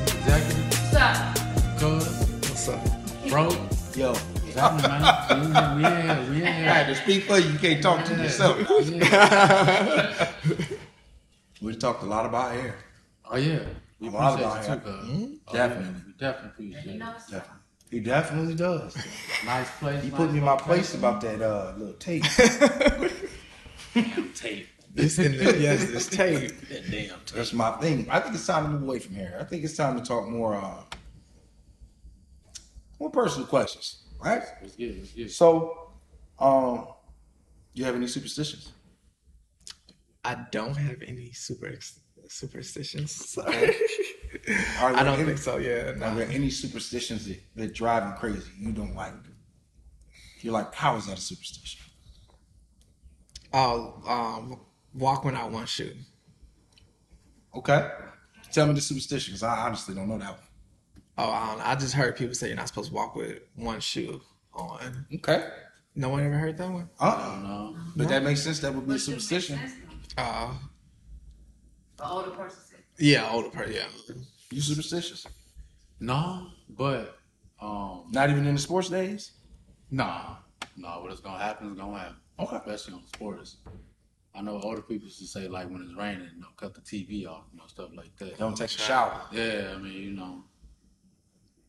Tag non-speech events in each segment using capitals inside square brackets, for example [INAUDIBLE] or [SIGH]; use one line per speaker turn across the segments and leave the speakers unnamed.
[LAUGHS]
on, man. Yeah, Oh,
I
yeah.
had to speak for you. You can't talk to
[LAUGHS]
yourself. [LAUGHS] We've talked a lot about air.
Oh, yeah. We
A lot
appreciate
about
you,
him.
too, cuz. Oh,
Hmm? Definitely.
yeah. We definitely appreciate it.
Definitely. He definitely does.
Nice place.
He
nice
put me in my
location.
place about that uh, little tape.
Tape.
It's in the, yes, it's tape.
That damn tape.
That's my thing. I think it's time to move away from here. I think it's time to talk more uh, more personal questions. Right?
Let's get it. Let's get it.
So, um, you have any superstitions?
I don't have any super superstitions. Sorry.
Are
[LAUGHS] I
there
don't
any-
think so. Yeah,
Are
no.
there any superstitions that, that drive you crazy? You don't like. You're like, how is that a superstition?
I'll um, walk without one shoe.
Okay, tell me the superstition because I honestly don't know that one.
Oh, I don't know. I just heard people say you're not supposed to walk with one shoe on.
Okay,
No one ever heard that one.
uh,
No.
but that makes sense. That would be a superstition.
Uh,
The older person said.
yeah, older part. Yeah,
You superstitious?
No, but um,
Not even in the sports days.
nah, nah. What is gonna happen is gonna happen.
Okay.
Especially on sports. I know older people should say like when it's raining, you know, cut the TV off, you know, stuff like that.
Don't take a shower.
Yeah, I mean, you know.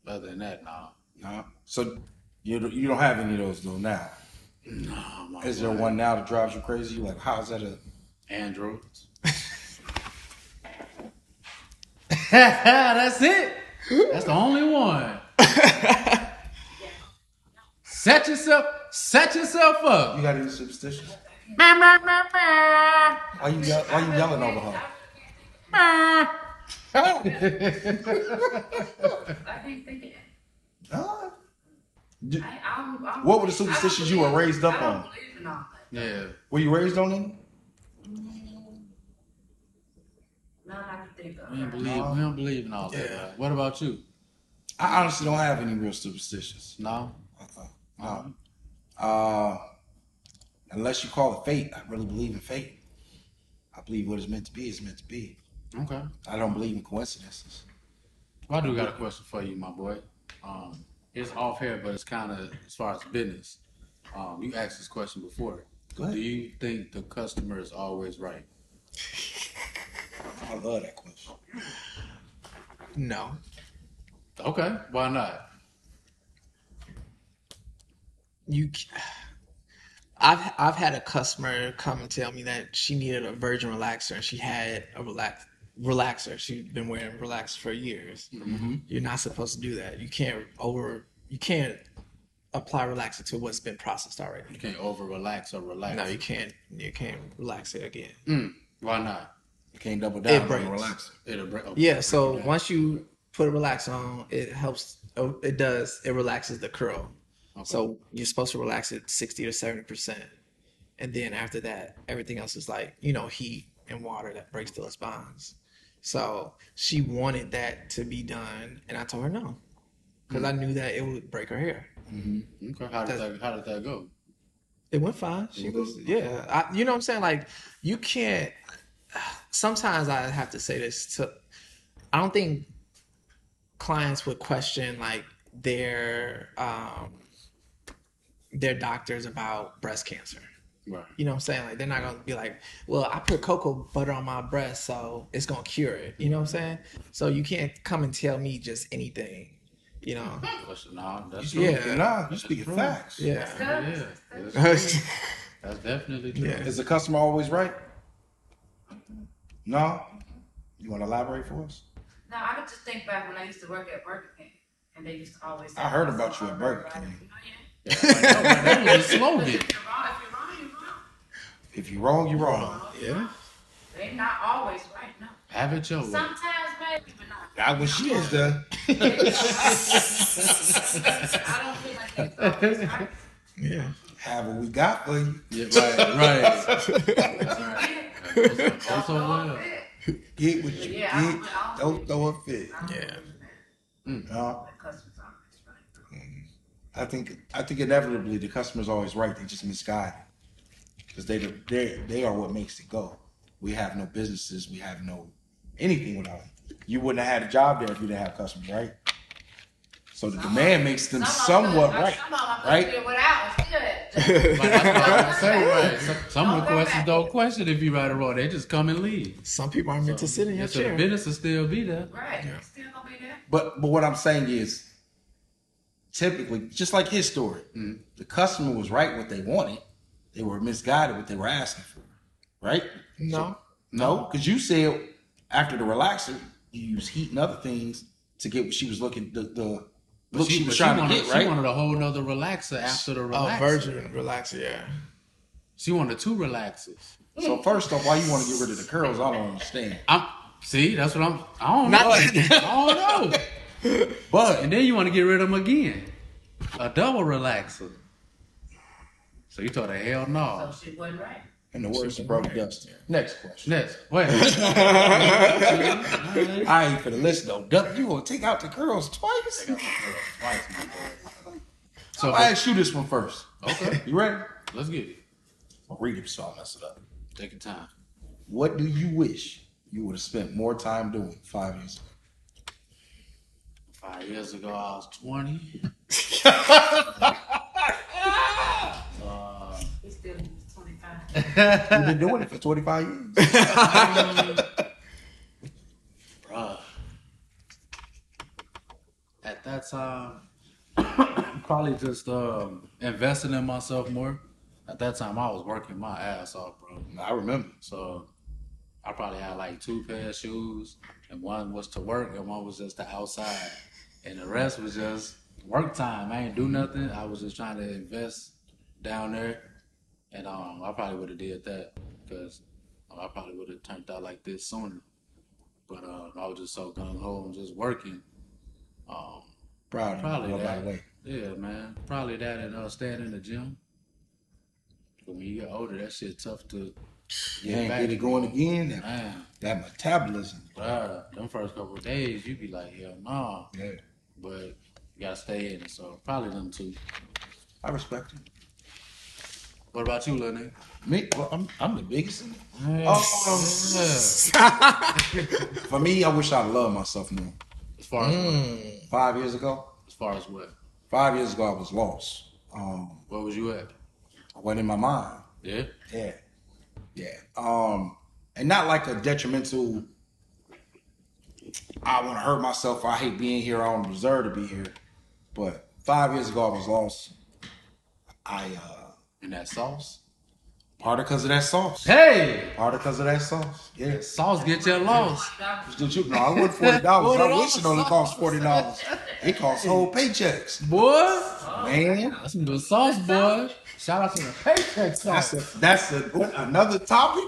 Other than that, nah.
Nah. So you don't- you don't have any of those though now.
Nah, my
Is there
boy.
one now that drives you crazy? You're like, how is that a?
Androids. [LAUGHS] That's it. That's the only [LAUGHS] one. set yourself, set yourself
You
up.
got any superstitions? Why you yell- why you yelling over her? [LAUGHS]
I can't think of it.
Huh? Do-
I, I don't, I don't
What were the
believe- I don't
superstitions you were
believe-
raised up
I don't
on?
believe in all that.
Yeah.
Were you raised on them?
None I can think of.
We don't believe. We don't believe in all that.
Yeah.
right? What about you?
I honestly don't have any real superstitions.
No.
Uh-uh. No. Uh, unless you call it fate, I really believe in fate. I believe what is meant to be is meant to be.
Okay.
I don't believe in coincidences.
Well, I do got a question for you, my boy. Um, it's off here, but it's kind of as far as business. Um, you asked this question before.
Go ahead.
Do you think the customer is always right?
I love that question.
no.
Okay. Why not?
You. c- I've I've had a customer come and tell me that she needed a virgin relaxer and she had a relax relaxer. She'd been wearing relaxer for years. You're not supposed to do that. You can't over. You can't apply relaxer to what's been processed already.
You can't over relax or relax.
No, you can't. You can't relax it again.
Why not?
You can't double down on
breaks.
a relaxer.
It'll break. Okay.
Yeah, so once you put a relaxer on, it helps. oh, It does. It relaxes the curl. So you're supposed to relax it sixty or seventy percent, and then after that, everything else is like you know heat and water that breaks those bonds. So she wanted that to be done, and I told her no, because I knew that it would break her hair.
Okay. How did that, how did that go?
It went fine. She was, Mm-hmm. yeah. I, you know what I'm saying? Like, you can't. Sometimes I have to say this to. I don't think clients would question like their um, their doctors about breast cancer.
Right.
You know what I'm saying? Like, they're not gonna be like, "Well, I put cocoa butter on my breast, so it's gonna cure it." You know what I'm saying? So you can't come and tell me just anything. You know?
Question. Nah, that's
You
Yeah.
speaking- Nah, you speaking facts.
Yeah. [LAUGHS]
Yeah. That's, that's definitely true.
Yeah.
Is the customer always right? No. You want to elaborate for us?
No, I would just think back when I used to work at Burger King, and they used to always. say,
I heard about you at Burger
"Right."
King.
You know, yeah.
Yeah, like, that, that was a slogan.
If you're wrong, if
If you're wrong, you're
you're wrong, you're wrong.
wrong.
Yeah.
They're not always right, no.
Have it your way.
Sometimes maybe, but not.
I wish she was there.
I don't feel like it's always right.
Yeah.
Have what we got for you.
Yeah,
[LAUGHS]
right. Right.
Don't
so
know
well.
if it-
Get what you
Yeah, I don't-
get.
I
Don't
don't-
throw a fit.
I don't
Yeah.
believe that.
Uh,
The customer's always right.
I think I think inevitably the customer's always right. They just misguided because they they they are what makes it go. We have no businesses. We have no anything without them. You wouldn't have had a job there if you didn't have customers, right? So the demand makes them somewhat right, right?
right?
Like, that's what I was saying, right? Some, some requests don't question if you right or wrong. They just come and leave.
Some people aren't meant to sit in your
And so the
chair.
business will still be there.
Right, it's still gonna be there.
[LAUGHS] But but what I'm saying is, typically, just like his story, the customer was right what they wanted. They were misguided what they were asking for, right?
No,
No, because you said after the relaxer, you use heat and other things to get what she was looking the the look she,
but
was trying
wanted,
to get,
She
right?
wanted a whole nother relaxer after the relaxer.
a Oh, virgin relaxer. Yeah,
She wanted two relaxers.
so first off, why you want to get rid of the curls? I don't understand.
I'm see, that's what I'm. I don't
Not-
know. [LAUGHS] I don't know.
But
And then you want to get rid of them again. A double relaxer. So you thought, hell no.
So she wasn't right.
in the words of Brody Dustin. Next question.
Next,
[LAUGHS]
wait.
I ain't for the list though. Duck, you gonna take out the curls twice?
So
I ask you this one first.
okay,
You ready?
let's get it.
I'll read it so I'll mess it up.
Take your time.
What do you wish you would have spent more time doing five years ago?
Five years ago, I was twenty.
He still twenty-five.
You've been doing it for 25 [LAUGHS] years.
Bruh. At that time, [COUGHS] probably just um, investing in myself more. At that time, I was working my ass off, bro.
I remember.
So I probably had like two pair of shoes, and one was to work, and one was just the outside, and the rest was just work time. I ain't do nothing. I was just trying to invest down there, and um, I probably would have did that because I probably would have turned out like this sooner. But um, I was just so gung ho and just working. Um,
Proud of
Probably
you. By
that.
the way.
yeah, man. Probably that and uh, staying in the gym. But when you get older, that shit tough to.
You ain't get it going again. That,
Man,
that metabolism.
Bruh, them first couple of days, you be like, hell no.
Yeah.
But you gotta stay in it, so probably them two.
I respect you.
What about you, little nigga?
Me, well, I'm, I'm the biggest. in it.
Oh, yeah.
For me, I wish I loved myself more.
As far as what?
Five years ago,
As far as what?
five years ago, I was lost. Um,
Where was you at?
I wasn't in my mind.
Yeah?
Yeah. Yeah. Um, and not like a detrimental I wanna hurt myself, I hate being here, I don't deserve to be here. But five years ago I was lost. I uh
In that sauce?
part because of that sauce.
Hey!
Part because of that sauce. Yes.
Sauce get you lost.
Did you no, I went
[LAUGHS]
forty dollars. I
$40
wish it only cost forty dollars. It costs whole paychecks.
Boy!
Man.
That's some good sauce, boy. Shout out to the paycheck
That's
sauce.
a, that's a, another topic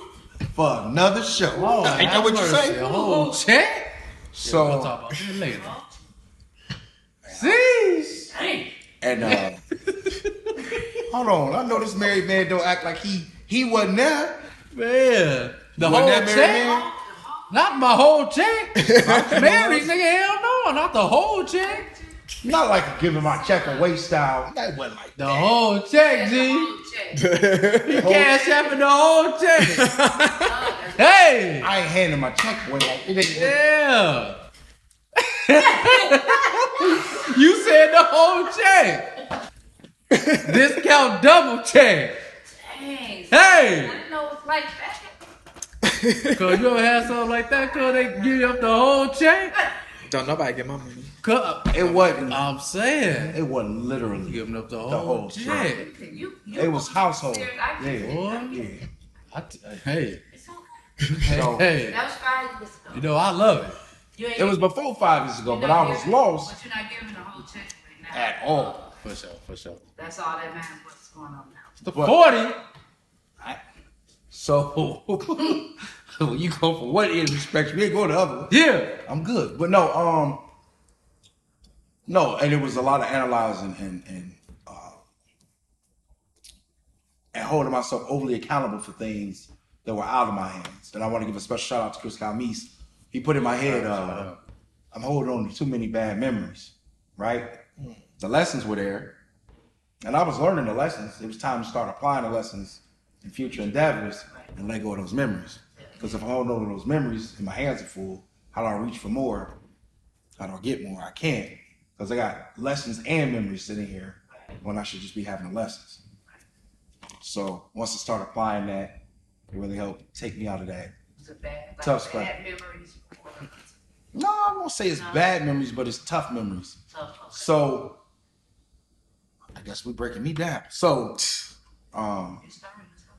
for another show.
Lord,
Ain't that what you
have Oh, mercy. A
say?
whole check?
So
We'll talk about that later. Sheesh!
Dang.
And uh,
[LAUGHS]
hold on, I know this married man don't act like he he wasn't there.
Man. The
Wasn't
whole
that
check?
married man?
Not my whole check. [LAUGHS] Married nigga, hell no, not the whole check.
Not like giving my check away style. That wasn't like
The whole check,
That's
G.
a whole check.
You cash apping the whole check.
Oh, that's-
hey,
I ain't handing my check away. Like, it ain't,
yeah. [LAUGHS] you said the whole check. Discount double check.
Dang. I
Hey,
didn't know it was like that.
cause you ever had something like that? Cause they give you up the whole check.
don't nobody get my money.
Cause
it wasn't. uh,
I'm saying,
It wasn't literally.
giving up the whole,
whole
check.
check.
You, you
It was household.
I can-
Yeah.
Boy,
Yeah.
I t- hey,
It's okay.
hey,
So-
hey.
That was five years ago.
You know, I love it.
You ain't-
It was before five years ago,
you're
but
not
I was
giving-
lost
But you're not giving the whole check right now.
at all.
For sure, for sure.
That's all that matters. What's going on now?
The
What?
40?
So
Oh. [LAUGHS]
you go from one end of the spectrum, you ain't going to the other. one.
Yeah.
I'm good. But no, um, no, and it was a lot of analyzing and and uh, and holding myself overly accountable for things that were out of my hands. And I want to give a special shout out to Chris Calmes. He put in my head, uh, I'm holding on to too many bad memories. Right? The lessons were there, and I was learning the lessons. It was time to start applying the lessons in future endeavors and let go of those memories. Because if I hold on to those memories and my hands are full, how do I reach for more? How do I get more? I can't. Because I got lessons and memories sitting here when I should just be having lessons. So once I start applying that, it really helped take me out of that.
It's a bad, like,
Tough spot.
bad memories. or
No, I won't say it's bad memories, but it's tough memories.
tough.
So I guess we're breaking me down. So um
It's starting to tough.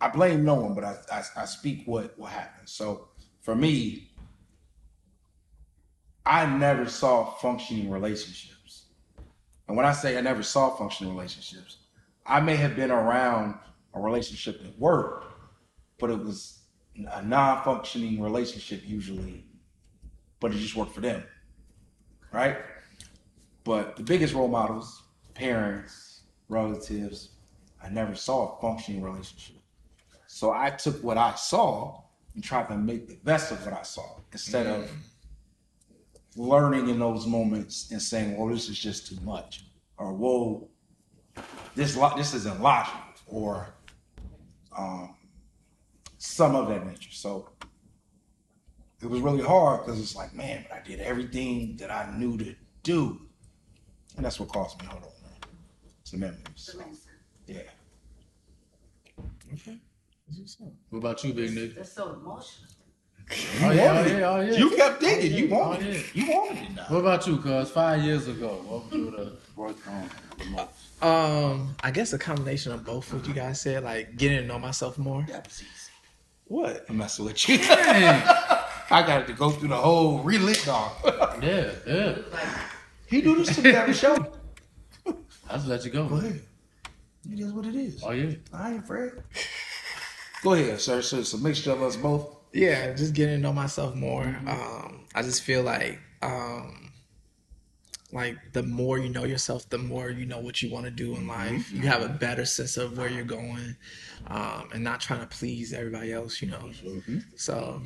I blame no one, but I, I, I speak what, what happened. So for me, I never saw functioning relationships. And when I say I never saw functioning relationships, I may have been around a relationship that worked, but it was a non functioning relationship usually, but it just worked for them. Right? But the biggest role models, parents, relatives, I never saw a functioning relationship. So I took what I saw and tried to make the best of what I saw instead of learning in those moments and saying, "Well, this is just too much," or "Whoa, this lo- this isn't logical," or um, some of that nature. So it was really hard because it's like, man, but I did everything that I knew to do, and that's what caused me. Hold on, man. It's the memories.
It's
So,
a lesson.
yeah.
Okay.
What about you, big nigga?
That's so emotional.
Oh yeah, oh yeah, oh yeah.
You kept digging.
Oh,
You
yeah.
wanted
Oh, yeah.
it. You wanted it now.
What about you, cuz? Five years ago, what would you have worked on the most?
Um, I guess a combination of both what you guys said, like getting to know myself more.
That was easy.
What?
I'm messing with you.
Dang.
[LAUGHS] I got to go through the whole relit dog.
Yeah, yeah.
It's like,
[LAUGHS] he do this to me every show.
I just let you go.
ahead. It is what it is.
Oh yeah.
I ain't afraid. Go ahead, sir. So it's a mixture of us both.
Yeah, just getting to know myself more.
Mm-hmm.
Um, I just feel like um like the more you know yourself, the more you know what you want to do
Mm-hmm.
in life. You have a better sense of where you're going, um, and not trying to please everybody else, you know. So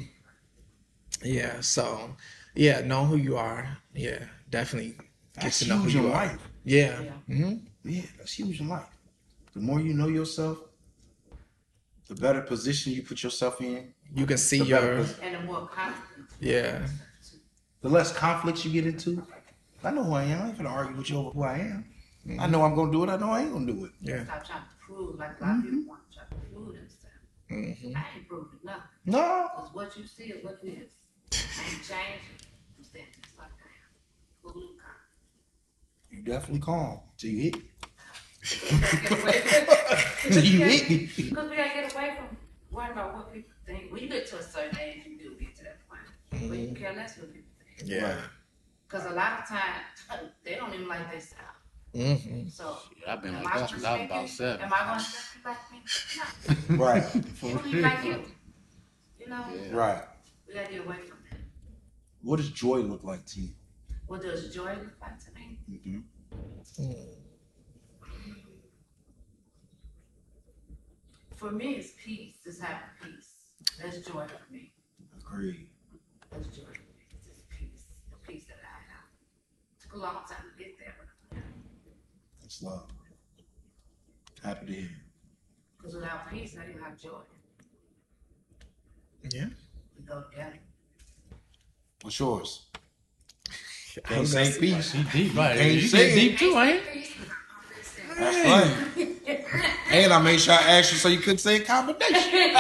yeah, so yeah, know who you are. Yeah, definitely get
That's
to know
huge
who you
in
are.
life.
Yeah.
Yeah.
hmm
Yeah, that's huge in life. The more you know yourself, the better position you put yourself in.
You can see
The better
your
pos-
and the more confident.
yeah.
the less conflicts you get into. I know who I am. I ain't gonna argue with you over who I am. I know I'm gonna do it. I know I ain't gonna do it.
Yeah.
Stop trying to prove like a lot of people want to try to prove themselves. I ain't proving nothing.
No,
Because what you see is what it is. I ain't changing. I'm staying just like I am. Cool
you definitely calm till you hit.
and calm.
Till you hit. me.
Because we gotta get away from worrying about what people think. When you get to a certain age, you do get to that point. Where you care less what people think.
Yeah.
Because a lot of times, they don't even like themselves.
Mm-hmm.
So,
I've been
am
like
I
that
gonna
since I was
respect
about
you?
seven.
Am I going to respect you like
Right,
me? No. You don't even like you. You know?
Yeah.
right.
We gotta get away from that.
What does joy look like to you? Mm-hmm.
What does joy look like to me? For me, it's peace. It's having peace. That's joy for me.
Agreed.
That's joy for me. It's just peace. The peace that I have. Took a long time to get there.
That's love. Happy to hear.
Because without peace, I didn't have joy.
[LAUGHS]
Yeah.
We go together.
What's yours?
I was gonna say-
peace.
She deep, right?
Can't
You
say it.
get deep too, ain't?
Peace is my
That's right. And I made sure I asked you so you couldn't say a combination.
Damn,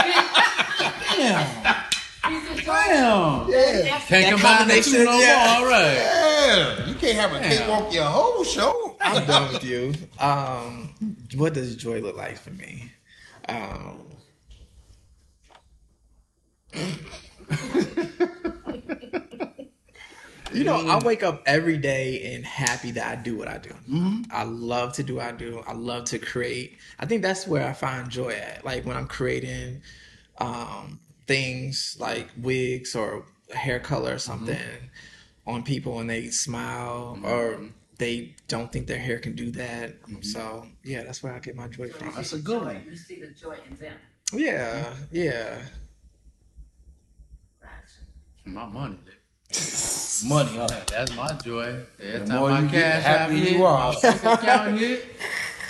Peace is joy.
damn.
Yeah.
Can't combine the two
combination,
no
yeah.
more. All right.
Yeah. You can't have a
Yeah.
cakewalk your whole show.
I'm done with you. Um, what does joy look like for me? Um, [LAUGHS] you know, I wake up every day and happy that I do what I do. I love to do what I do. I love to create. I think that's where I find joy at. Like when I'm creating um, things like wigs or hair color or something on people and they smile or they don't think their hair can do that. So yeah, that's where I get my joy from.
That's a good
Joy.
one.
You see the joy in them.
Yeah, yeah.
Right?
My [LAUGHS] money. nigga.
Money, huh?
That's my joy. Every
more
time
you
my
get,
cash app
happier
hit,
you
my
are.
bank account hit,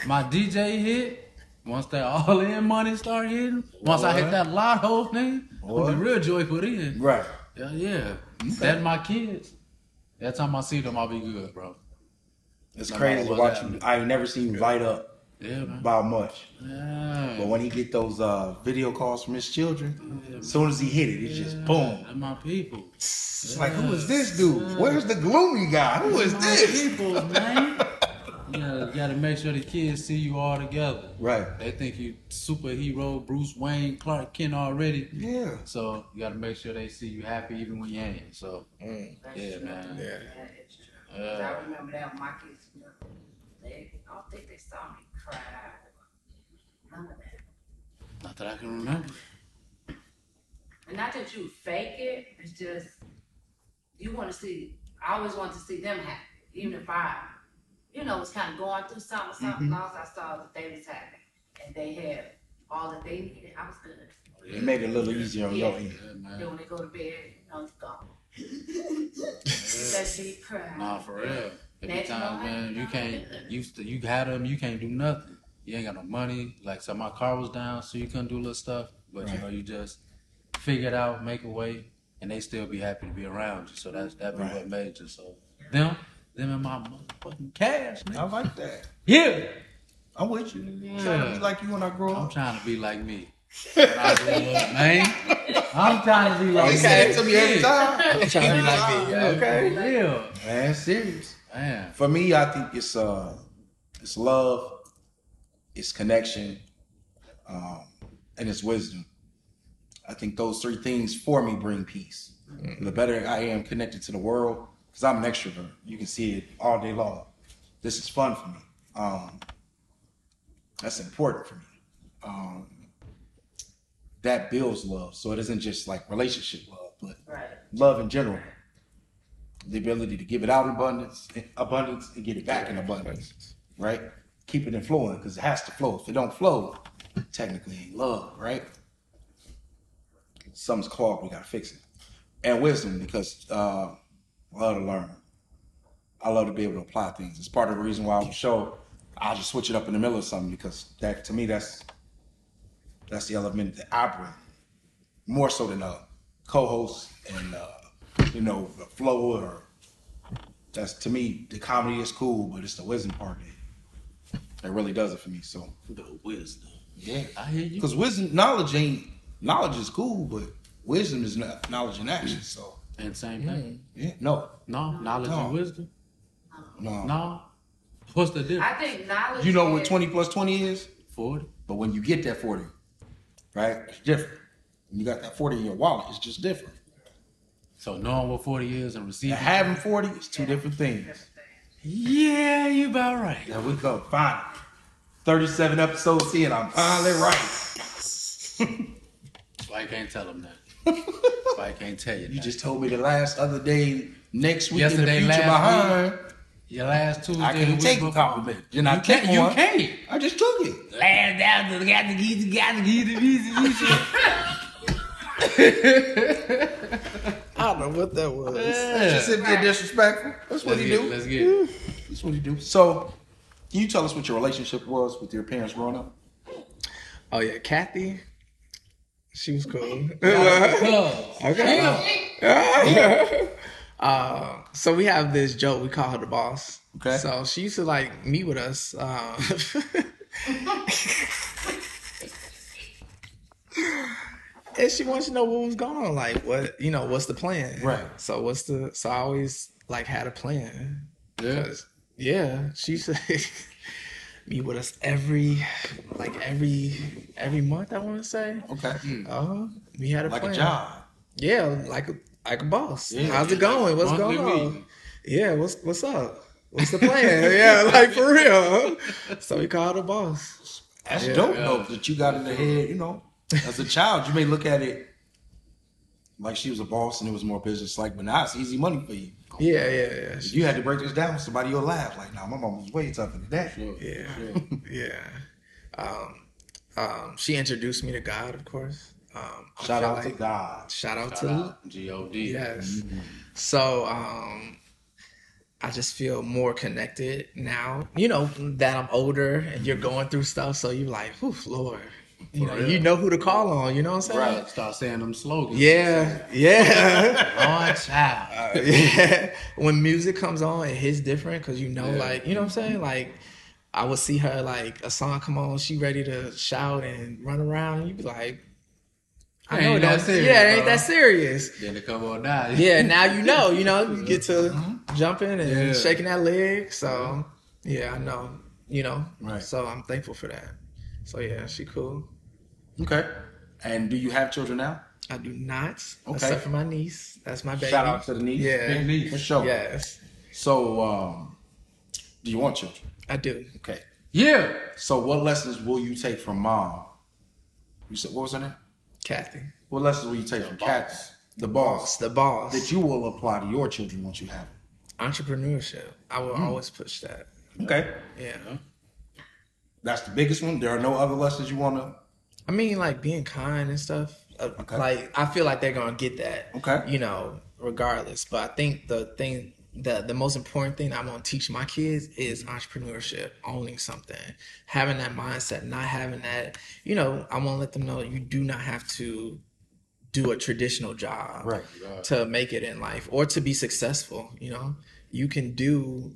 my DJ hit. Once that all in money start hitting, once I hit
Boy.
that lotto thing, I'm gonna
Boy.
be real joyful then.
Right.
Yeah, yeah. That my kids. That time I see them, I'll be good, bro.
It's
No
crazy
matter
to
what
watch him.
happened.
I ain't never seen him light up
Yeah, man.
about much.
Yeah.
But when he get those uh, video calls from his children, as soon as he hit it, it's just boom.
They're my people.
It's like, who is this dude? Where's the gloomy guy? Who is
My
this?
people, man.
[LAUGHS]
You gotta, you gotta make sure the kids see you all together.
Right.
They think you superhero Bruce Wayne, Clark Kent already.
Yeah.
So you gotta make sure they see you happy even when you ain't. So
Mm.
uh,
That's
Yeah,
true.
man.
Yeah,
Yeah.
it's true. 'Cause
Yeah.
I remember that when my kids, you know, they, I don't think they saw me cry. or None of that.
not that I can remember.
And not that you fake it, it's just you want to see. I always want to see them happy, even if I, you know, was kind of going through something, something
Mm-hmm.
else. I saw that they was happy, and they had all that they needed. I was good.
It made it a little easier on your
Yeah.
end.
Yeah,
Then
man.
when they go to bed, you know, it's gone. That she cried.
Nah, for real. Every
That's
time,
why-
man, you can't. You st- you had them. You can't do nothing. You ain't got no money. Like so, my car was down, so you couldn't do little stuff. But
Right.
you know, you just figure it out, make a way, and they still be happy to be around you. So that's that be
Right.
what made you. So them, them and my motherfucking cash, man.
I like that.
Yeah,
I'm with you.
Yeah.
Trying to be like you when I grow
I'm
up.
trying to be like me. When I grow up, man, I'm trying to be like
Okay,
me.
to me every
Yeah.
time.
I'm trying to be like me.
Yeah,
Okay.
for real.
Man, serious.
Man,
For me, I think it's uh, it's love, it's connection, um, and it's wisdom. I think those three things for me bring peace. The better I am connected to the world, because I'm an extrovert. You can see it all day long. This is fun for me. Um, that's important for me. Um, that builds love, so it isn't just like relationship love, but
Right.
love in general. The ability to give it out in abundance, abundance, and get it back in abundance, right? Keep it in flowing because it has to flow. If it don't flow, technically ain't love, right? Something's clogged. We gotta fix it. And wisdom because uh, I love to learn. I love to be able to apply things. It's part of the reason why on the show I just switch it up in the middle of something because that to me that's that's the element that I bring more so than a co-host and uh, you know the flow or that's to me the comedy is cool, but it's the wisdom part that that really does it for me. So
the wisdom.
yeah,
I hear you.
because wisdom knowledge ain't knowledge is cool, but wisdom is not knowledge in action. So
And same thing.
yeah, no,
No, knowledge
No.
and wisdom.
no,
No. What's the
I
difference?
think knowledge.
You know what
is-
twenty plus twenty is,
40.
but when you get that forty, right, it's different. When you got that forty in your wallet, it's just different.
So knowing what 40 is and
And
receiving.
having forty is two different things.
Yeah, you about right.
There we go. Finally. 37 episodes in, I'm finally right.
That's why I can't tell them that. That's why I can't tell
[LAUGHS] [LAUGHS]
you.
You
that.
just told me the last other day, next week
Yesterday,
in the future
last
behind.
your last Tuesday.
I
the
can't
week
take a
before.
compliment. Then I
You
take
can't. You
one.
can't.
I just took it.
Last down to got to get the got to get the
I don't know what that was.
Just sit there
Right.
disrespectful. That's what he
Let's get,
do.
Let's get it.
[LAUGHS] That's what he do. So, can you tell us what your relationship was with your parents growing up?
Oh yeah, Kathy. She was cool.
Okay.
Uh, so we have this joke. We call her the boss.
Okay.
So she used to like meet with us. Um, [LAUGHS] and she wants to know what was going on. Like, what you know? What's the plan?
Right.
So what's the? So I always like had a plan.
Yeah.
'Cause, yeah, she used to [LAUGHS] meet with us every, like every every month. I want to say.
Okay.
Oh, we had a
Hmm. Like
plan.
a job.
Yeah, like a like a boss.
Yeah,
How's it
yeah,
going?
like
what's
monthly
going on?
meeting.
Yeah, what's what's up? What's the plan? [LAUGHS] yeah, like for real. So we called the boss.
That's
Yeah.
dope
Yeah.
though that you got in the head. You know, as a child, you may look at it like she was a boss and it was more business like, but now it's easy money for you.
Yeah, yeah, yeah.
If
She-
you had to break this down, somebody will laugh. Like, nah, my mom was way tougher than that.
Sure,
Yeah.
sure.
Yeah. Um, um, she introduced me to God, of course. Um, I
Shout
feel
out to Mm-hmm.
like-
God.
Shout out
Shout
to
out G.O.D.
Yes. So um I just feel more connected now. You know that I'm older and you're going through stuff, so you're like, "Ooh, Lord, You know,
real.
you know who to call on. You know what I'm saying?
Right. Start saying them slogans.
Yeah, [LAUGHS]
[LAUGHS]
yeah. Uh,
One child.
yeah. When music comes on, it hits different because you know,
Yeah.
like, you know what I'm saying? Like, I would see her, like, a song come on, she ready to shout and run around, and you'd be like, I
Ain't
know it
that
don't,
serious,
yeah, it ain't
bro.
that serious.
Then it come on die.
Yeah, now you know, you know, you get to jumping and
Yeah.
shaking that leg. So, yeah, I know, you know.
Right.
So I'm thankful for that. So, yeah, she cool.
Okay. And do you have children now?
I do not,
Okay.
except for my niece. That's my baby.
Shout out to the niece.
Yeah.
Big niece. For sure.
Yes,
So, um, do you want children?
I do.
Okay.
Yeah.
So, what lessons will you take from mom? You said what was her name?
Kathy.
What lessons will you take from cats? The boss
the boss.
that you will apply to your children once you have them.
entrepreneurship. I will always push that.
Hmm. Okay.
Yeah.
That's the biggest one. There are no other lessons you want to.
I mean, like being kind and stuff. Uh,
Okay.
Like I feel like they're gonna get that.
Okay.
You know, regardless. But I think the thing, the the most important thing I want to teach my kids is entrepreneurship, owning something, having that mindset, not having that. You know, I want to let them know you do not have to do a traditional job.
Right.
to make it in life or to be successful you know you can do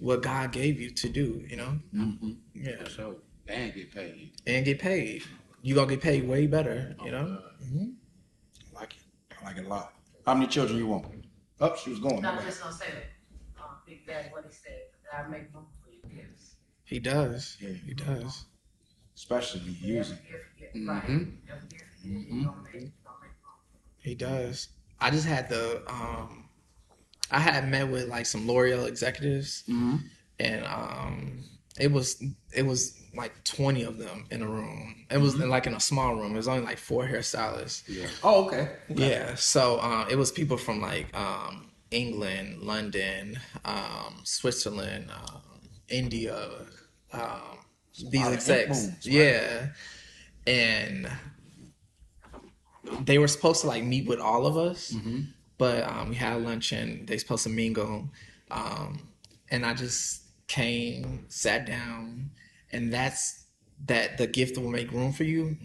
what god gave you to do you know yeah
For sure. They ain't get paid.
and get paid you gonna get paid way better you know
I like it. I like it a lot. How many children you want? Up, she was going.
No, I'm just gonna say, uh, Big Daddy, what he said, that I make room for your gifts.
he does
Yeah.
he does
Especially using.
Every gift, you
Mm-hmm.
get, right? Every gift, you get, you gonna make, you gonna make room.
he does i just had the um i had met with like some l'oreal executives and um it was it was like 20 of them in a room it was like in a small room it was only like four hairstylists
Yeah.
Oh, okay.
Yeah. So um, it was people from like um, England, London, um, Switzerland, um, India. Um, these
lot of
execs,
influence, right?
yeah, and they were supposed to like meet with all of us,
Mm-hmm.
but um, we had lunch and they supposed to mingle, um, and I just came, sat down, and that's that the gift will make room for you.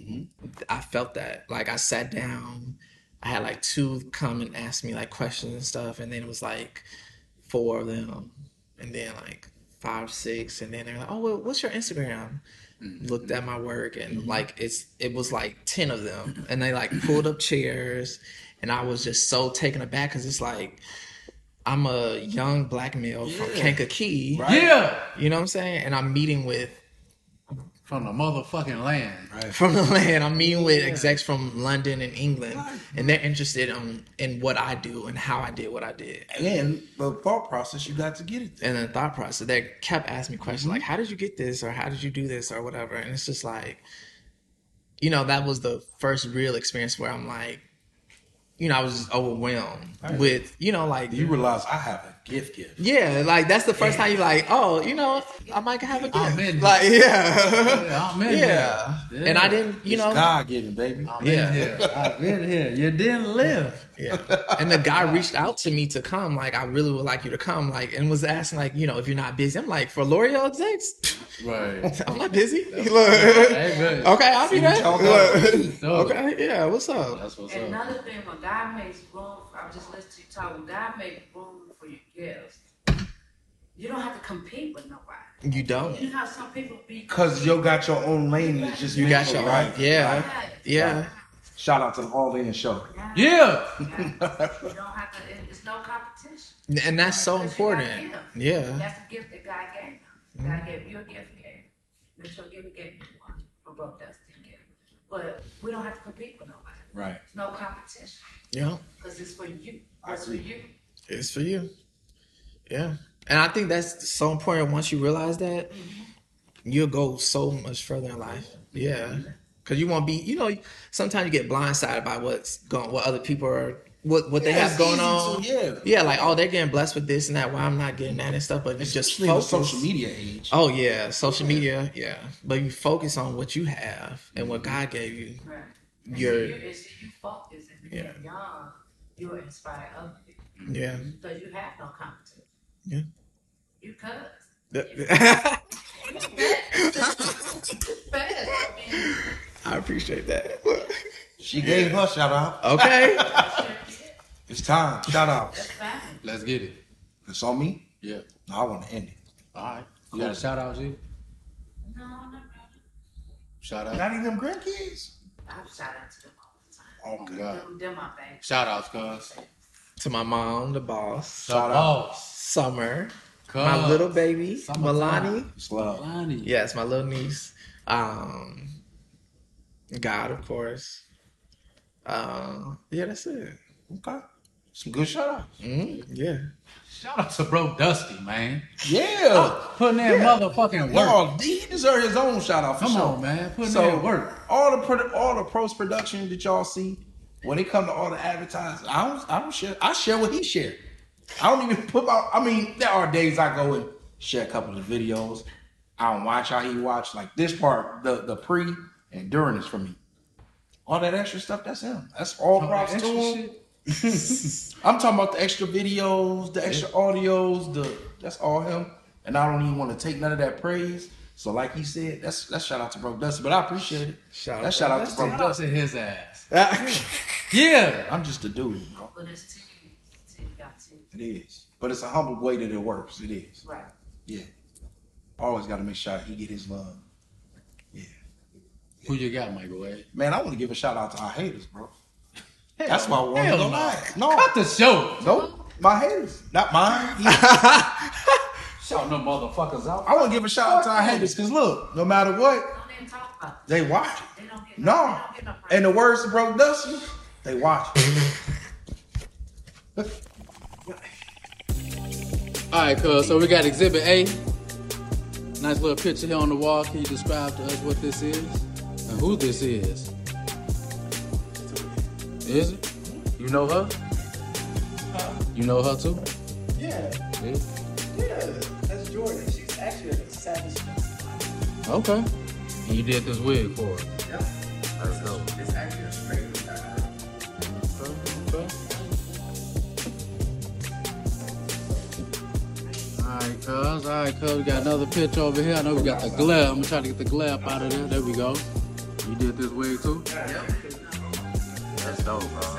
I felt that. Like I sat down, I had like two come and ask me like questions and stuff, and then it was like four of them, and then like five, six, and then they're like, "Oh, well, what's your Instagram?" Looked at my work, and like it's it was like ten of them, and they like pulled up chairs, and I was just so taken aback because it's like. I'm a young black male from Kankakee.
Right.
Yeah.
You know what I'm saying? And I'm meeting with
From the motherfucking land.
from the land. I'm meeting with execs from London and England, and they're interested on in what I do and how I did what I did,
And the thought process you got to get it.
and the thought process. They kept asking me questions like, "How did you get this?" or "How did you do this?" or whatever. And it's just like, you know, that was the first real experience where I'm like, you know, I was just overwhelmed with, you know, like
You realize I have a gift gift.
Yeah, like that's the first time you're like, oh, you know, I might have a
I'm
gift.
in
Like, [LAUGHS] yeah.
Yeah, I'm
yeah.
in there.
And I didn't, you know,
God given, baby.
I'm
Yeah.
in here. I've been here. You didn't live.
Yeah. [LAUGHS] And the guy reached out to me to come. Like, I really would like you to come. Like, and was asking, like, you know, if you're not busy. I'm like, for L'Oreal execs,
Right.
I'm not busy. Look.
Hey, good.
[LAUGHS] okay, I'll be there. [LAUGHS]
don't
Look.
know.
okay, yeah, what's up?
That's what's
And
up.
another thing, when God makes room, I was just listening to you talk, when God makes room for your gifts, you don't have to compete with nobody.
You
You
don't.
know how some people be.
Cause you got your own lane. and It's just
You
meant
got
for
your
right.
own. Yeah.
Right.
Yeah.
Shout out to the All In Show.
Yeah.
You don't have to, it- it's no competition.
And that's so
Because you got
important.
gifts.
Yeah.
That's a gift that God gave you. God gave you a gift, he gave. Make sure you gave you one, for both us to give. But we don't have to compete with nobody.
Right.
It's no competition,
Yeah.
because it's for you.
I
It's for
see.
you.
It's for you. Yeah. And I think that's so important once you realize that
Mm-hmm.
you'll go so much further in life. Yeah. Cause you won't be, you know, sometimes you get blindsided by what's going, what other people are, what what they
Yeah,
have
it's
going
easy
on.
to- yeah.
Yeah, like oh, they're getting blessed with this and that. Why I'm not getting that and stuff. But it's just
Especially in the
focus.
social media age.
Oh yeah, social media. Yeah, but you focus on what you have and
Mm-hmm.
what God gave you.
Right. And
You're-
see, you, and see, you focus and
Yeah.
you're young, you're inspired of it.
Yeah.
Mm-hmm.
Because you have no competition.
Yeah.
You cuz.
I
You fast. You fast. I mean,
[LAUGHS] I
[LAUGHS]
appreciate that.
She gave her shout out.
okay.
It's time. Shout out.
That's fine.
Let's get it.
It's on me.
Yeah.
No, I want to end it.
All right. You got a shout out, G?
No, not really.
Shout out.
Not even them grandkids.
I'm shout out to them all the time.
Oh, God.
Them, them my babies.
Shout outs, cuz.
to my mom, the boss,
The
Shout out.
boss.
Summer,
Cuz.
my little baby,
Summertime.
Milani.
It's love.
Lonnie.
Yes, my little niece. Um, God, of course. Um, yeah, that's it.
Okay. Some good shout out.
Mm, yeah.
Shout out to Bro Dusty, man.
Yeah.
Oh,
Putting in motherfucking work.
Y'all, he deserve his own shout out for
Come
sure.
on, man. Putting
So-
in work.
all the pro- all the post production that y'all see, when it come to all the advertising, I don't I don't share. I share what he share. I don't even put my. I mean, there are days I go and share a couple of videos. I don't watch how he watch like this part, the the pre and during is for me. All that extra stuff, that's him. That's all props to
Extra
him.
shit.
I'm talking about the extra videos, the extra audios, the that's all him. And I don't even want to take none of that praise. So like he said, that's that's shout out to Bro Dusty, but I appreciate it.
Shout out
that's
to
shout
Bro
out to
Dusty.
Bro
Shout out
Dusty.
to his ass. Yeah.
I'm just a dude, bro.
But it's team. Team got team.
It is. But it's a humble way that it works. It is.
Right.
Yeah. Always gotta make sure he get his love.
Who you got, Michael? eh?
Man, I want to give a shout out to our haters, bro. that's my one.
hell
Don't
no.
lie. No,
Cut the
[LAUGHS]
show.
nope. My haters. Not mine.
[LAUGHS] Shout no motherfuckers out.
I want to give a shout out to our haters, cause look, no matter what,
Don't even talk about
they watch it.
it. They don't get no.
No.
They don't get
And
no.
the words of Bro Dusty, they watch.
All right, cuz. So we got Exhibit A. Nice little picture here on the wall. Can you describe to us what this is and who this is? Is it? You know her? You know her too?
Yeah,
Yeah.
yeah, that's Jordan. She's actually a savage.
Okay. And you did this wig for her.
Yep.
That's dope.
It's actually a straight.
Okay. Alright, cuz, alright, cuz, we got another picture over here. I know we got the glare. I'm gonna try to get the glare up out of there. There we go. You did this wig too? That's dope, bro.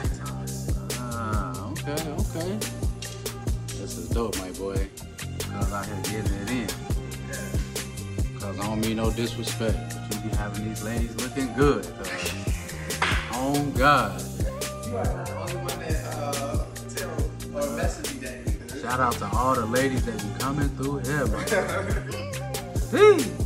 Ah, okay, okay. This is dope, my boy. Cuz out here getting it in. Cuz I don't mean no disrespect, but you be having these ladies looking good, cuz. [LAUGHS] Oh, God.
You are the only one that uh, tell or message me that.
Shout out to all the ladies that be coming through here, man. Hey.